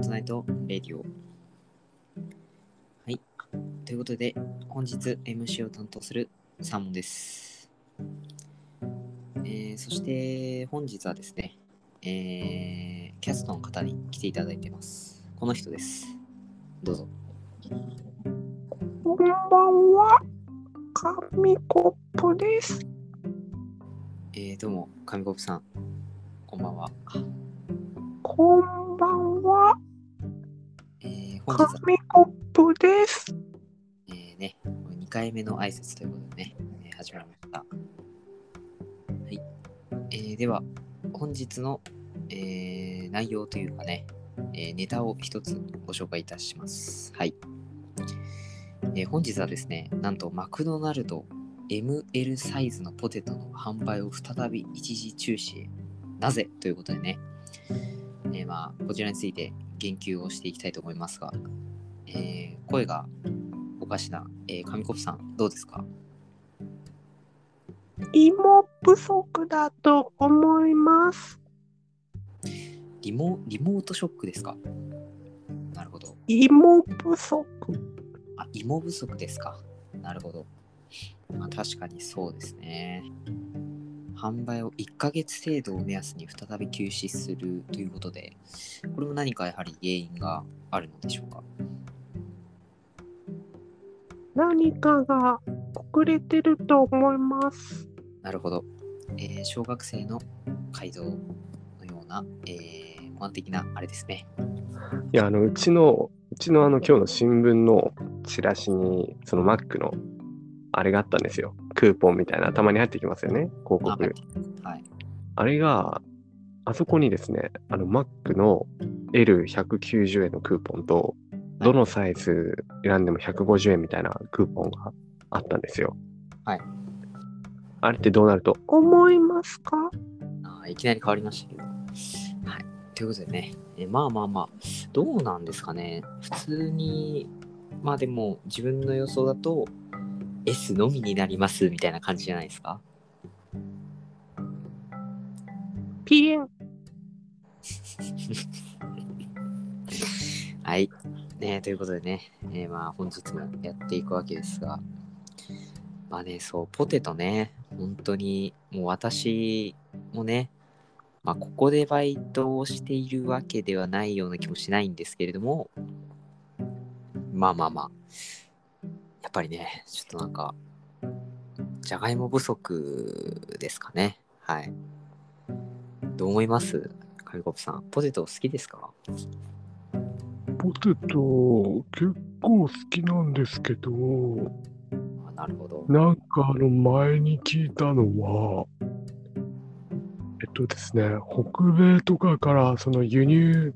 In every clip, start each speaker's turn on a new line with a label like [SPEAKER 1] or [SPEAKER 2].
[SPEAKER 1] ズナイト・レディオ。はい。ということで、本日 MC を担当するサーモンです。えーそして、本日はですね、えーキャストの方に来ていただいてます。この人です。どうぞ。
[SPEAKER 2] こんばんは。紙コップです。
[SPEAKER 1] えー、どうも、神コップさん。こんばんは。
[SPEAKER 2] こんばんは。
[SPEAKER 1] えー本日は、
[SPEAKER 2] 紙コップです。
[SPEAKER 1] えーね、2回目の挨拶ということでね、えー始まりました。はい。えーでは、本日の、えー内容というかね、えーネタを一つご紹介いたします。はい。えー本日はですね、なんとマクドナルド ML サイズのポテトの販売を再び一時中止へ。なぜということでね、えーまあ、こちらについて言及をしていきたいと思いますが、えー声がおかしな、えー、紙コップさん、どうですか
[SPEAKER 2] 芋不足だと思います。
[SPEAKER 1] リモリモートショックですかなるほど。
[SPEAKER 2] 芋不足。
[SPEAKER 1] あ、芋不足ですかなるほど。まあ、確かにそうですね。販売を1ヶ月程度を目安に再び休止するということで、これも何かやはり原因があるのでしょうか
[SPEAKER 2] 何かが遅れてると思います。
[SPEAKER 1] なるほど。えー小学生の改造のような、えー、模範的なあれですね。
[SPEAKER 3] いや、あの、うちの、うちのあの、今日の新聞のチラシに、そのマックの、あれがあったんですよ。クーポンみたいな、たまに入ってきますよね、広
[SPEAKER 1] あ
[SPEAKER 3] 告。
[SPEAKER 1] はい。
[SPEAKER 3] あれが、あそこにですね、あの、マックの L190 円のクーポンと、どのサイズ選んでも150円みたいなクーポンがあったんですよ。
[SPEAKER 1] はい。
[SPEAKER 3] あれってどうなると、
[SPEAKER 2] 思いますか
[SPEAKER 1] あーいきなり変わりましたけど。はい。ということでね、えーまあまあまあ、どうなんですかね。普通に、まあでも、自分の予想だと、S のみになりますみたいな感じじゃないですか。
[SPEAKER 2] ピエン。
[SPEAKER 1] はい。ね、ということでね、えーまあ本日もやっていくわけですが、まあね、そう、ポテトね、本当に、もう私もね、まあここでバイトをしているわけではないような気もしないんですけれども、まあまあまあ、やっぱりね、ちょっとなんか、じゃがいも不足ですかね。はい。どう思いますカリコプさん。ポテト好きですか
[SPEAKER 4] ポテト結構好きなんですけど
[SPEAKER 1] あなるほど。
[SPEAKER 4] なんかあの前に聞いたのはえっとですね北米とかからその輸入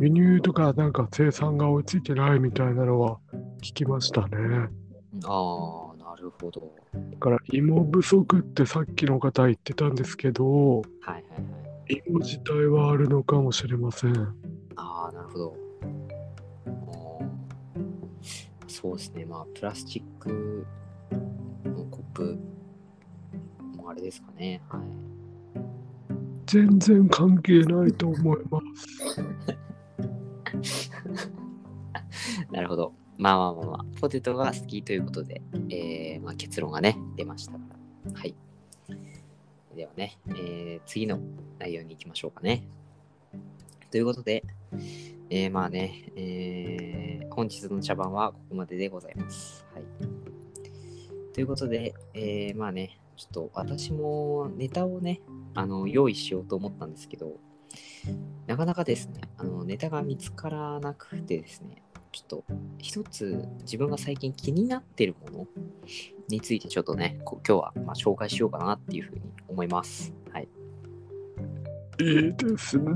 [SPEAKER 4] 輸入とかなんか生産が追いついてないみたいなのは聞きましたね
[SPEAKER 1] ああ、なるほど。
[SPEAKER 4] だから芋不足ってさっきの方言ってたんですけど
[SPEAKER 1] はいはいはい。
[SPEAKER 4] 芋自体はあるのかもしれません
[SPEAKER 1] ああ、なるほど。おーそうですね。まあ、プラスチックのコップもあれですかね。はい。
[SPEAKER 4] 全然関係ないと思います
[SPEAKER 1] なるほど。まあまあまあまあ、ポテトが好きということで、えーまあ、結論がね、出ましたから。はい。ではね、えー次の内容に行きましょうかね。ということで、えーまあね、えー本日の茶番はここまででございます。はい。ということで、えーまあね、ちょっと私もネタをね、あの用意しようと思ったんですけど、なかなかですね、あのネタが見つからなくてですね、ちょっと一つ自分が最近気になってるものについてちょっとね、こ今日はまあ紹介しようかなっていうふうに思います。はい。
[SPEAKER 4] いいですね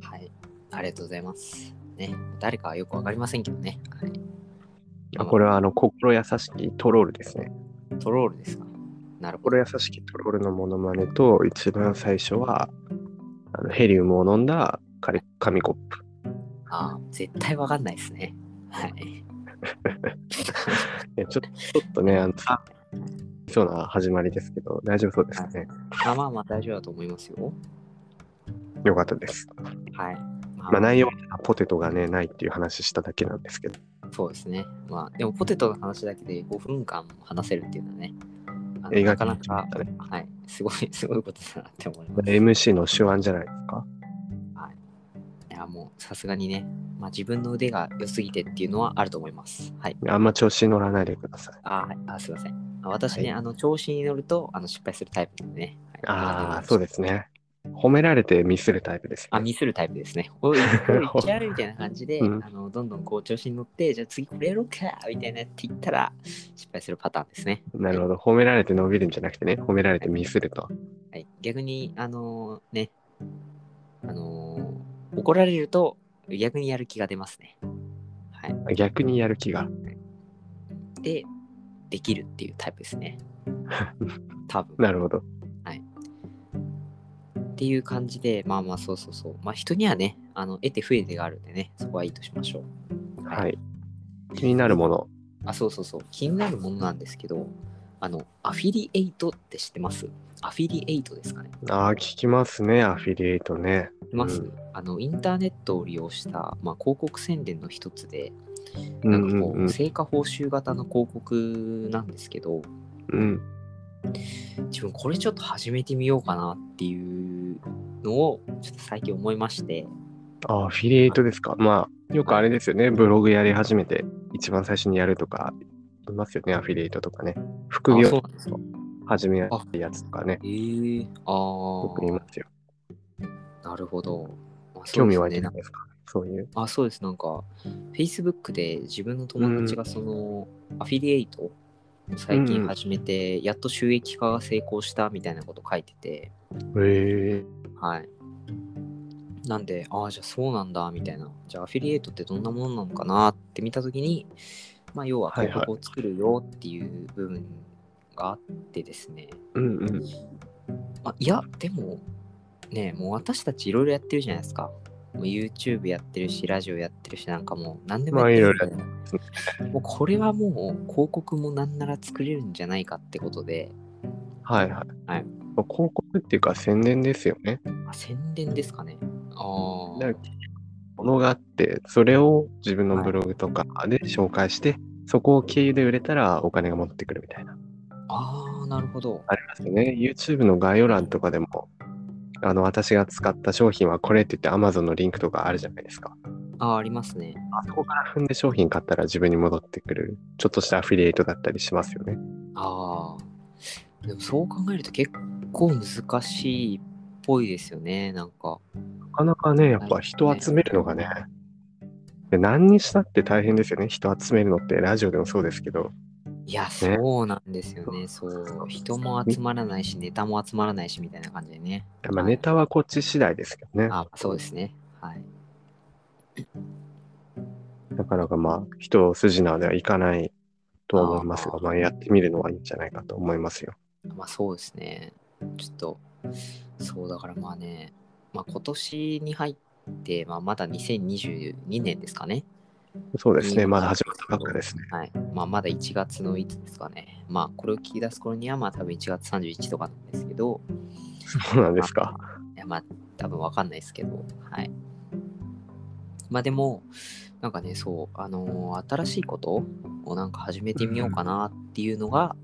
[SPEAKER 1] はい。ありがとうございます。ね、誰かはよくわかりませんけどね。はい、
[SPEAKER 3] あこれはあの、心優しきトロールですね。
[SPEAKER 1] トロールですかなるほど。
[SPEAKER 3] 心優しきトロールのモノマネと、一番最初は、あのヘリウムを飲んだ紙紙コップ。
[SPEAKER 1] あー絶対わかんないですね。はい。
[SPEAKER 3] いやちょちょっとね、あの、さそうな始まりですけど、大丈夫そうですかね。
[SPEAKER 1] まあまあまあ大丈夫だと思いますよ。
[SPEAKER 3] よかったです。
[SPEAKER 1] はい。ま
[SPEAKER 3] まあ、内容はポテトがね、ないっていう話しただけなんですけど、
[SPEAKER 1] そうですね。まあ、でもポテトの話だけで5分間も話せるっていうのはね、あの
[SPEAKER 3] 映画
[SPEAKER 1] なか
[SPEAKER 3] 館
[SPEAKER 1] な
[SPEAKER 3] に行きま
[SPEAKER 1] か
[SPEAKER 3] した、ね
[SPEAKER 1] はい、すごい、すごいことだなって思います。
[SPEAKER 3] MC の手腕じゃないですか。
[SPEAKER 1] いや、もうさすがにね、まあ、自分の腕が良すぎてっていうのはあると思います。はい。
[SPEAKER 3] あんま調子に乗らないでください。
[SPEAKER 1] あ、はい、あすいません。あ私
[SPEAKER 3] は
[SPEAKER 1] ね、
[SPEAKER 3] い
[SPEAKER 1] あの、調子に乗るとあの失敗するタイプなんでね。はい
[SPEAKER 3] ああ、そうですね。褒められてミスるタイプです、
[SPEAKER 1] あ、
[SPEAKER 3] ね。
[SPEAKER 1] ミスるタイプですね。おい、おい、行っちゃうみたいな感じで、
[SPEAKER 3] うん
[SPEAKER 1] あのどんどんこう調子に乗って、じゃあ次これやろうかみたいなって言ったら、失敗するパターンですね。
[SPEAKER 3] なるほど。褒められて伸びるんじゃなくてね、褒められてミスると。
[SPEAKER 1] はい、逆に、あのーね、あのー怒られると、逆にやる気が出ますね。はい。
[SPEAKER 3] 逆にやる気が。
[SPEAKER 1] で、できるっていうタイプです ね。多分。
[SPEAKER 3] なるほど。
[SPEAKER 1] っていう感じで、まあまあ、そうそうそう。まあ、人にはね、あの、得て増えてがあるんでね、そこはいいとしましょう。
[SPEAKER 3] はい。気になるもの。
[SPEAKER 1] あ、そうそうそう。気になるものなんですけど、あの、アフィリエイトって知ってますアフィリエイトですかね
[SPEAKER 3] ああ、聞きますね、アフィリエイトね。
[SPEAKER 1] 知ってます、
[SPEAKER 3] うん
[SPEAKER 1] あの、インターネットを利用した、まあ、広告宣伝の一つで、
[SPEAKER 3] う
[SPEAKER 1] なん
[SPEAKER 3] ん
[SPEAKER 1] かこ
[SPEAKER 3] うん
[SPEAKER 1] う、
[SPEAKER 3] うん。
[SPEAKER 1] 成果報酬型の広告なんですけど、
[SPEAKER 3] うん、
[SPEAKER 1] 自分これちょっと始めてみようかなっていうのを、ちょっと最近思いまして、
[SPEAKER 3] あーアフィリエイトですか。まあ、よくあれですよね、ブログやり始めて、一番最初にやるとか、いますよね、アフィリエイトとかね。副
[SPEAKER 1] あ、そう
[SPEAKER 3] 業
[SPEAKER 1] なんですか。
[SPEAKER 3] 始めやすいやつとかね、
[SPEAKER 1] えー、あ
[SPEAKER 3] よく見ま
[SPEAKER 1] ー、
[SPEAKER 3] すよ。
[SPEAKER 1] なるほど。まあ
[SPEAKER 3] 興味
[SPEAKER 1] そう
[SPEAKER 3] 湧い
[SPEAKER 1] です
[SPEAKER 3] て
[SPEAKER 1] ね
[SPEAKER 3] ないですか。そういう。
[SPEAKER 1] あ、そうです。なんか、Facebook で自分の友達がその、アフィリエイトを最
[SPEAKER 3] うんう
[SPEAKER 1] 近
[SPEAKER 3] ん
[SPEAKER 1] 始めて、やっと収益化が成功したみたいなこと書いてて、
[SPEAKER 3] へえ。
[SPEAKER 1] はい。なんで、ああ、じゃあそうなんだ、みたいな。じゃあアフィリエイトってどんなものなのかなって見たときに、まあ、要は
[SPEAKER 3] はいはい
[SPEAKER 1] 広告を作るよっていう部分があってですね。
[SPEAKER 3] うんうん。
[SPEAKER 1] まあ、いや、でも、ね、もう私たちいろいろやってるじゃないですか。もう YouTube やってるし、ラジオやってるし、なんかもう何でもやってるんで、もうこれはもう広告もなんなら作れるんじゃないかってことで、
[SPEAKER 3] はいはい。
[SPEAKER 1] はい
[SPEAKER 3] 広告っていうか宣伝ですよね。
[SPEAKER 1] あ宣伝ですかね。あ
[SPEAKER 3] だ
[SPEAKER 1] あ
[SPEAKER 3] から、ものがあって、それを自分のブログとかで紹介して、そこを経由で売れたらお金が戻ってくるみたいな。
[SPEAKER 1] あーなるほど。
[SPEAKER 3] ありますよね。YouTube の概要欄とかでも、あの、私が使った商品はこれって言って Amazon のリンクとかあるじゃないですか。
[SPEAKER 1] あーありますね。
[SPEAKER 3] あそこから踏んで商品買ったら自分に戻ってくる、ちょっとしたアフィリエイトだったりしますよね。
[SPEAKER 1] ああ。でもそう考えると結構難しいっぽいですよね、なんか。
[SPEAKER 3] なかなかね、やっぱ人を集めるのがね、で何にしたって大変ですよね。人集めるのってラジオでもそうですけど、
[SPEAKER 1] いや、そうなんですよね。そう。人も集まらないし、ネタも集まらないし、みたいな感じでね。
[SPEAKER 3] まあ、
[SPEAKER 1] はい
[SPEAKER 3] ネタはこっち次第ですけど ね。
[SPEAKER 1] あそうですね。はい。
[SPEAKER 3] なかなかまあ、人筋縄ではいかないとは思います
[SPEAKER 1] あ
[SPEAKER 3] が、
[SPEAKER 1] ー
[SPEAKER 3] まあ、やってみるのはいいんじゃないかと思いますよ。
[SPEAKER 1] まあそうですね。ちょっと、そうだからまあね、まあ今年に入って、まあまだ2022年ですかね。
[SPEAKER 3] そうですね。
[SPEAKER 1] うん
[SPEAKER 3] まだ始まったばっかですね。
[SPEAKER 1] はい。まあまだ1月のいつですかね。まあこれを聞き出す頃には、まあ多分1月31とかなんですけど、
[SPEAKER 3] そうなんですか。
[SPEAKER 1] いやまあ多分わかんないですけど、はい。まあでも、なんかね、そう、あのー新しいことをなんか始めてみようかなっていうのが、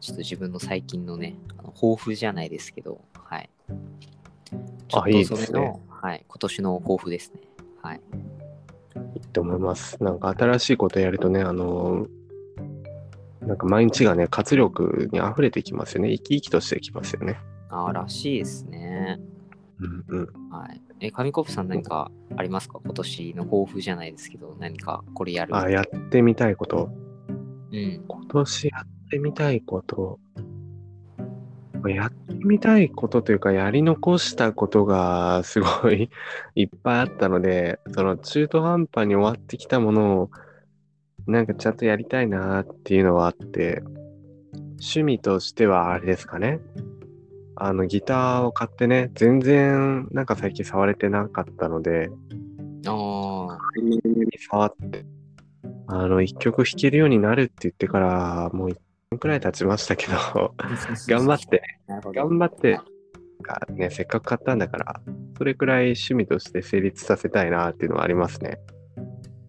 [SPEAKER 1] ちょっと自分の最近のね、あの抱負じゃないですけど、はい。ちょっ
[SPEAKER 3] いいで
[SPEAKER 1] と
[SPEAKER 3] す
[SPEAKER 1] そ
[SPEAKER 3] ね
[SPEAKER 1] れの、はい、今年の抱負ですね。はい。
[SPEAKER 3] いいと思います。なんか新しいことやるとね、あのーなんか毎日がね、活力に溢れてきますよね。生き生きとしてきますよね。
[SPEAKER 1] あーらしいですね。
[SPEAKER 3] うんうん。
[SPEAKER 1] はい。え、紙コップさん何かありますか今年の抱負じゃないですけど、何かこれやる。
[SPEAKER 3] あ、やってみたいこと。
[SPEAKER 1] うん。
[SPEAKER 3] 今年やってみたいこと。やってみたいことというか、やり残したことがすごい いっぱいあったので、その中途半端に終わってきたものを、なんかちゃんとやりたいなっていうのはあって、趣味としてはあれですかね。あの、ギターを買ってね、全然なんか最近触れてなかったので、
[SPEAKER 1] あ
[SPEAKER 3] 触って、あの、一曲弾けるようになるって言ってから、もう1年くらい経ちましたけど、
[SPEAKER 1] あ。
[SPEAKER 3] 頑張って、
[SPEAKER 1] なるほど。
[SPEAKER 3] 頑張って、がね、せっかく買ったんだから、それくらい趣味として成立させたいなっていうのはありますね。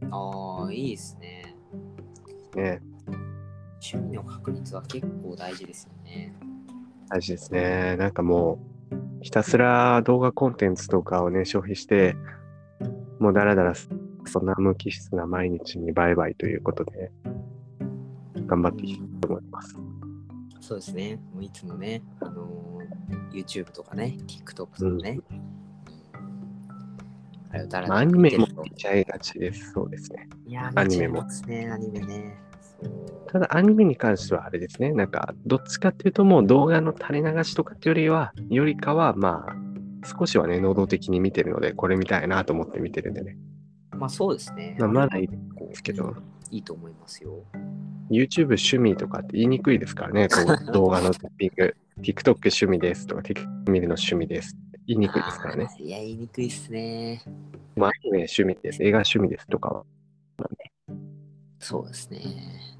[SPEAKER 1] ああ、いいですね。
[SPEAKER 3] ね
[SPEAKER 1] 趣味の確率は結構大事ですよね。
[SPEAKER 3] 大事ですね。なんかもう、ひたすら動画コンテンツとかをね、消費して、もうだらだら、そんな無機質な毎日にバイバイということで、頑張っていきたいと思います。
[SPEAKER 1] そうですね。もういつもね、あのー YouTube とかね、TikTok とかね。あれをだらだら
[SPEAKER 3] アニメ
[SPEAKER 1] 見
[SPEAKER 3] も
[SPEAKER 1] てる
[SPEAKER 3] 見ちゃいがちです。そうですね。
[SPEAKER 1] といや
[SPEAKER 3] アニメ
[SPEAKER 1] 見ち
[SPEAKER 3] も
[SPEAKER 1] ゃいますね、アニメね。そう
[SPEAKER 3] ただアニメに関してはあれですね。なんか、どっちかっていうともう動画の垂れ流しとかっていうよりは、よりかはまあ、少しはね、能動的に見てるので、これ見たいなと思って見てるんでね。
[SPEAKER 1] まあそうですね。
[SPEAKER 3] まあまだいい
[SPEAKER 1] こう
[SPEAKER 3] ですけど、
[SPEAKER 1] いいと思いますよ。
[SPEAKER 3] YouTube 趣味とかって言いにくいですからね、こう動画のトッピング、TikTok 趣味ですとか、TikTok 見るの趣味ですって言いにくいですからね。
[SPEAKER 1] あーいや、言いにくいですね。
[SPEAKER 3] まあ、アニメ趣味です、映画趣味ですとかは、
[SPEAKER 1] そうですね。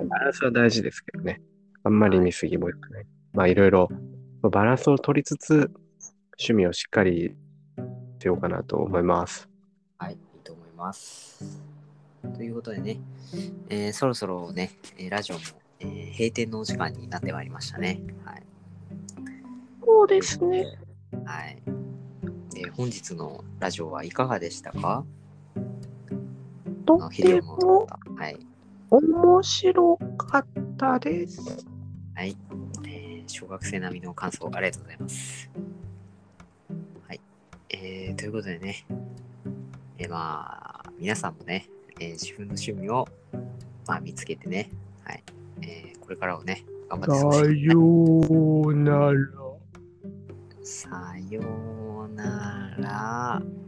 [SPEAKER 3] バランスは大事ですけどね、あんまり見すぎもよくない。まあ、いろいろバランスを取りつつ、趣味をしっかりしようかなと思います。
[SPEAKER 1] はい、いいと思います。ということでね、えーそろそろね、えーラジオも、えー閉店のお時間になってまいりましたね。はい。
[SPEAKER 2] そうですね。
[SPEAKER 1] はい。で、本日のラジオはいかがでしたか
[SPEAKER 2] と
[SPEAKER 1] あの非常
[SPEAKER 2] て
[SPEAKER 1] に
[SPEAKER 2] も
[SPEAKER 1] はい。
[SPEAKER 2] 面白かったです。
[SPEAKER 1] はい、えー小学生並みの感想ありがとうございます。はい。えーということでね、えーまあ、皆さんもね、えー自分の趣味を、まあ、見つけてね、はい。えーこれからをね、頑張って過ごして
[SPEAKER 4] さようなら。
[SPEAKER 1] さようなら。